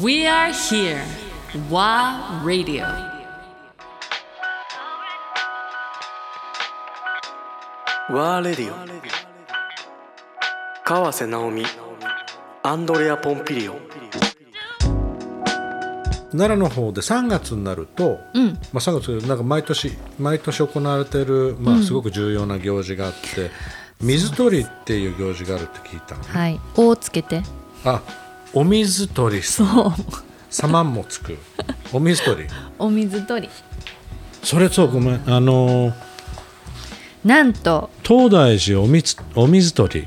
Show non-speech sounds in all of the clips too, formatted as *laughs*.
We are here. WA Radio. ワーレディオ川瀬直美アンドレア・ポンピリオ奈良の方で3月になると、うんまあ、3月なんか毎年毎年行われてる、まあ、すごく重要な行事があって、水取りっていう行事があるって聞いたのねはい「お」をつけてあお水取りそう様もつ *laughs* くお水取り *laughs* お水取りそれそうごめんあのーなんと東大寺お水お水取り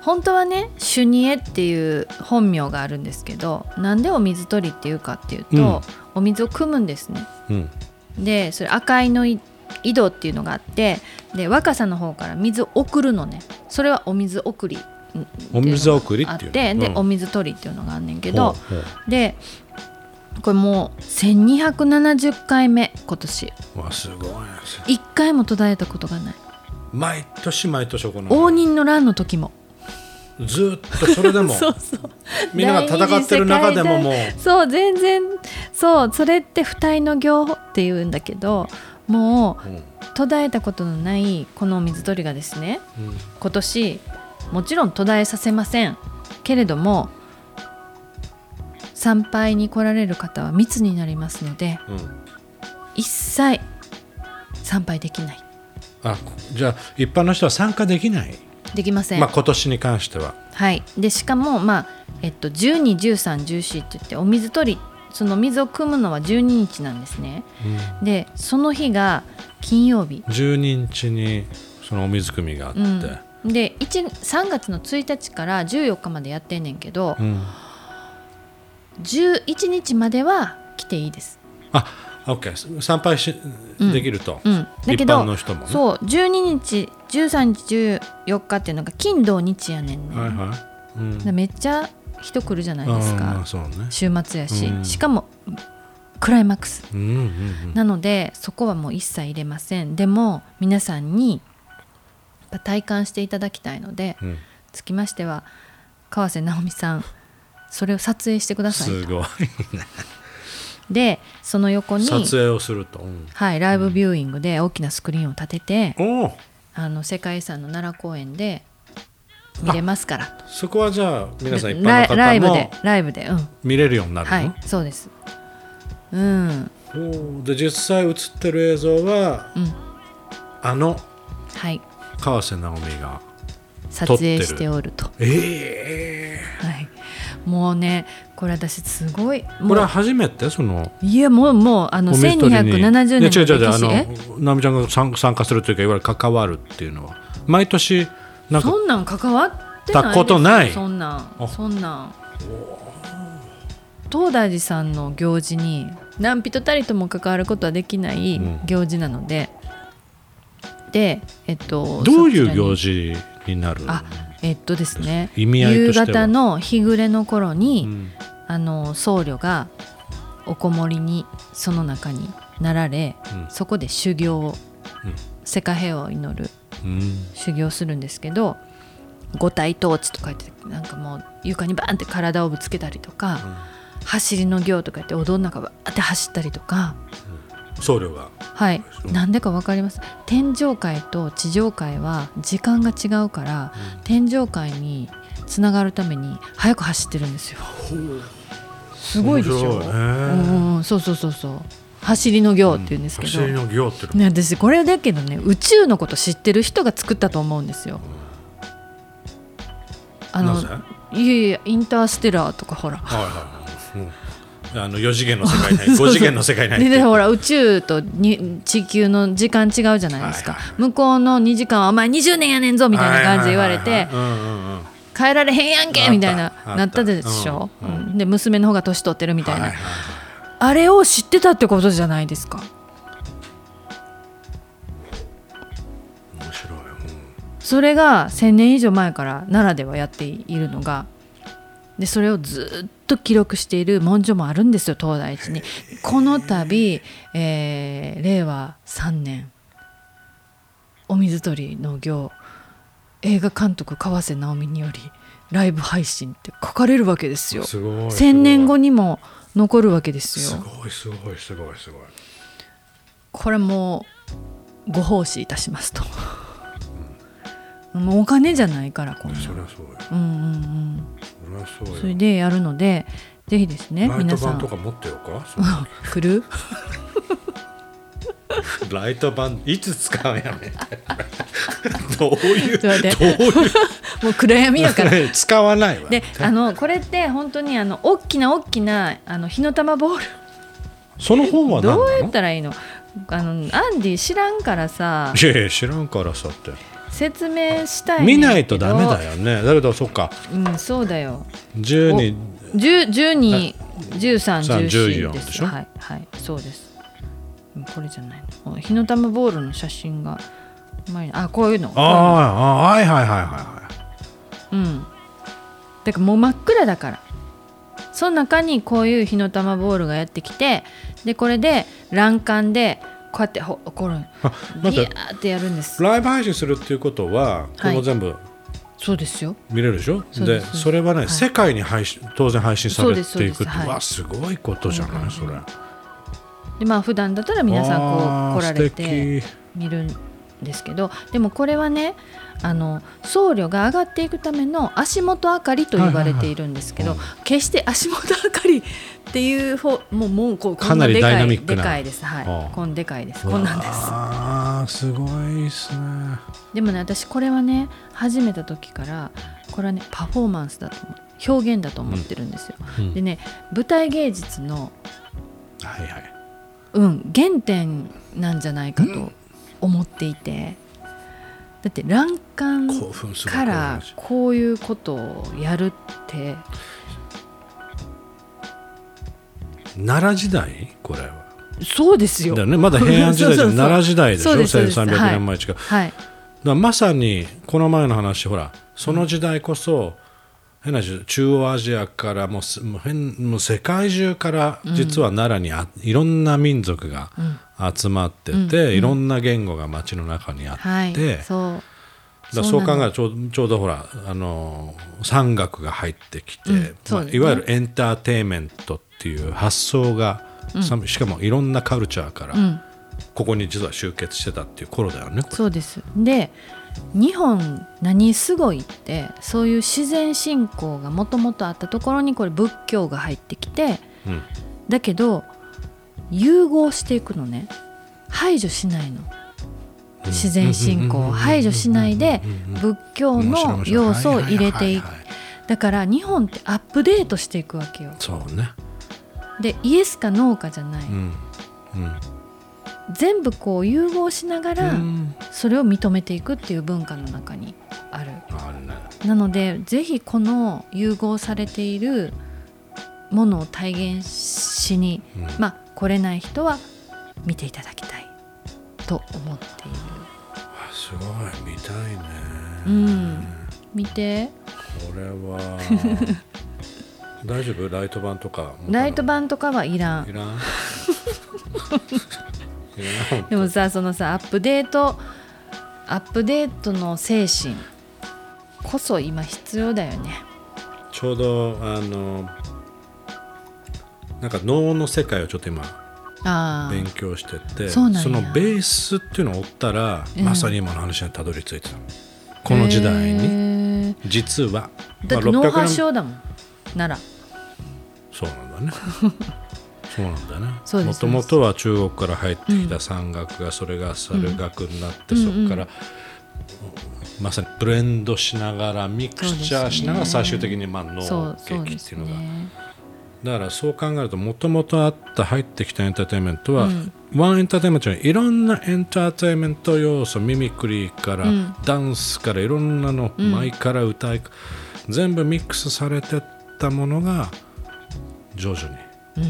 本当はね「シュニエ」っていう本名があるんですけどなんでお水取りっていうかっていうと、うんお水を汲むんですねうんでそれ赤いの井井戸っていうのがあってで若さの方から水を送るのねそれはお水送りんお水送りあっっていうてで、うんお水取りっていうのがあんねんけほうどほうでこれもう1270回目今年うわすごい一回も途絶えたことがない毎年毎年行われ応る仁の乱の時もずーっとそれでも *laughs* そうそうみんなが戦ってる中でももう第二次世界大そう全然そうそれって二重の行っていうんだけどもうんう途絶えたことのないこの水鳥がですねうん今年もちろん途絶えさせませんけれども参拝に来られる方は密になりますのでうん一切参拝できないあじゃあ一般の人は参加できない、できません、まあ、今年に関してははい、でしかも、まあえっと、121314って言ってお水取りその水を汲むのは12日なんですね、でその日が金曜日、 12日にそのお水汲みがあって、うん、で1 3月の1日から14日までやってんねんけど、うん11日までは来ていいです、あオッケー参拝しうんできると、うん、だけ一ど般の人もねそう12日13日14日っていうのが金土日やねんね、はいだかはい、うん、らめっちゃ人来るじゃないあですーまかあそうね週末やし、うんしかもクライマックスうんうんうんなのでそこはもう一切入れませんでも皆さんにやっぱ体感していただきたいので、うんつきましては川瀬直美さんそれを撮影してくださいす *laughs* ごいねでその横に撮影をすると、うんはい、ライブビューイングで大きなスクリーンを立てて、おおあの世界遺産の奈良公園で見れますからとそこはじゃあ皆さん一ライ般ライの方ブでもライブでうん見れるようになるの、はいそうですうんおーで実際映ってる映像は、うんあのはい川瀬直美が撮撮って影るしておるとええはい、もうねこれ私すごいもこれはう初めてそのいやもうもうあのお水取りに1270年のいや違う違う違う歴あ史えの奈美ちゃんが参参加するというかいわゆる関わるっていうのは毎年なんかそんなん関わってないですよたことないそんなあんそんなん東大寺さんの行事に何人たりとも関わることはできないうん行事なので、でえっとどういう行事事になるあえっとですね意味合いと夕しては方の日暮れの頃に、うんあの僧侶がおこもりにその中になられ、うんそこで修行を、うん世界平和を祈るうん修行をするんですけど五体統治とか言ってなんかもう床にバーンって体をぶつけたりとか、走りの行とか言ってお堂の中バーって走ったりとか僧侶がはいそうなんでか分かります天上界と地上界は時間が違うから、天上界につながるために早く走ってるんですよ。すごいでしょ面白いねうんうん、そうそうそうそう走りの行って言うんですけど、走りの行っていうのね、私これだけどね宇宙のこと知ってる人が作ったと思うんですよ。あのなぜいやいやインターステラーとかほらはいはいはいうんあの4次元の世界 *laughs* ない5次元の世界ないででほら宇宙とに地球の時間違うじゃないですか、はい向こうの2時間はお前20年やねんぞみたいな感じで言われはいてはいはいはいうんうんうん変えられへんやんあっけたみたいなあったなったでしょ、うんううんで娘の方が年取ってるみたいな、はいはいはいあれを知ってたってことじゃないですか面白いうんそれが1,000年以上前から奈良ではやっているのがでそれをずっと記録している文書もあるんですよ東大寺に。この度、えー令和3年お水取りの行映画監督川瀬直美によりライブ配信って書かれるわけですよすごい1,000年後にも残るわけですすよごいすごいすごいすごいこれもうご奉仕いたしますと *laughs* もうお金じゃないからこんなそりゃそうようんうんうんそりゃそうよそれでやるのでぜひですねライト皆さ版んとか持ってようかその来る *laughs* ライト版いつ使うんやねんどういうちょっと待っどういうもう暗闇やから *laughs* 使わないわであのこれって本当にあの大きな大きなあの火の玉ボールその方は何などのうやったらいいのあのアンディ知らんから *laughs* さいやいや知らんからさって説明したいねんけ見どないとダメだよねだけどそっかうんそうだよ10に10 12 14 13 14ですでしょはいはいそうですうんこれじゃないの火の玉ボールの写真が前にあこういうのあああはいはいはいはうんだからもう真っ暗だからその中にこういう火の玉ボールがやってきてでこれで欄干でこうやってほこるい *laughs* 待ギっャてーってやるんですライブ配信するっていうことはこれも全部そうですよ見れるでしょ、そうでですそうですそれはね、い世界に配信当然配信されていくってそうですそうですはいうわすごいことじゃない、それでまあ普段だったら皆さんあーこう来られ素て敵見るんですけどでもこれはねあの僧侶が上がっていくための足元明かりと言われているんですけど、はいは決して足元明かりっていう方もうもうこうかなりこんでダイかナいミックでなかいですはあいあこんでかいですこんなんですあーすごいですねでもね私これはね始めた時からこれはねパフォーマンスだと思う表現だと思ってるんですよ、うんでね舞台芸術のはいはいうん原点なんじゃないかと思っていて、だって欄干興奮するからこういうことをやるって奈良時代これはそうですよだよねまだ平安時代じそゃうそうそう奈良時代でしょそうですそうです1300年前近く、はいだからまさにこの前の話ほらその時代こそ、変な話中央アジアからもうすもう変もう世界中から実は奈良にあ、いろんな民族が集まってて、いろんな言語が街の中にあって、はいだかそうらそそううな考のえるとちょうちょうどほらあのー山岳が入ってきて、うんそうまあですねいわゆるエンターテインメントっていう発想が、さしかもいろんなカルチャーから、んここに実は集結してたっていう頃だよね。これそうですで日本何すごいってそういう自然信仰がもともとあったところにこれ仏教が入ってきてうんだけど融合していくのね排除しないの自然信仰を排除しないで仏教面白いの面白い要素を入れていくはいはいはいはいだから日本ってアップデートしていくわけよそうね、でイエスかノーかじゃない、うんうん全部こう融合しながらうんそれを認めていくっていう文化の中にあるあるねなのでぜひこの融合されているものを体現しに、うんまあ来れない人は見ていただきたいと思っていあすごい見たいねる。うん、見てこれは *laughs* 大丈夫ライト版とかライト版とかはいらいんらん *laughs* いらんでもさそのさアップデートアップデートの精神こそ今必要だよねちょうどあのなんか脳の世界をちょっと今あ勉強しててそうなんやのベースっていうのを追ったら、うんまさに今の話にたどり着いてたのあこの時代に、に実はだってまあ脳600発年症だもんならそうなんだ *laughs* ね。そうなんだね。そうでもすともとは中国から入ってきた山岳がそれが猿岳になって、そこから、まさにブレンドしながらミクスチャーしながらそう最終ですね的にまあそ脳うそう劇でっていすうのが、ねだからそう考えるともともとあった入ってきたエンターテインメントは、ワンエンターテインメントにいろんなエンターテインメント要素ミミクリーから、ダンスからいろんなの、舞から歌い全部ミックスされてったものが徐々に、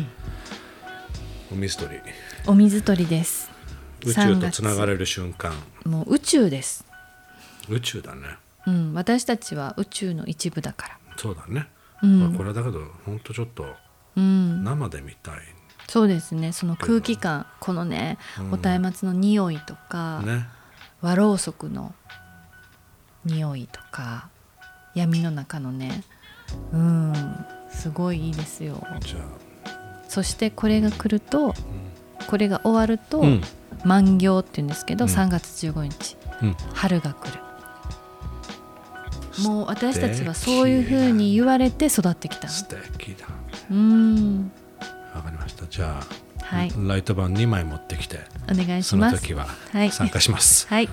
ミステリーお水鳥です宇宙とつながれる瞬間もう宇宙です、宇宙だねうん、私たちは宇宙の一部だからそうだね、まあこれはだけど本当ちょっとうん生で見たい、そうですねその空気感このねお松明の匂いとか、ね和ろうそくの匂いとか闇の中のねうんすごいいいですよじゃそしてこれが来るとこれが終わると、あうん満行って言うんですけど、うん3月15日うん春が来るもう私たちはそういうふうに言われて育ってきたの素敵だうんわかりましたじゃあはいライト版2枚持ってきてお願いしそのます時ははい参加します、はい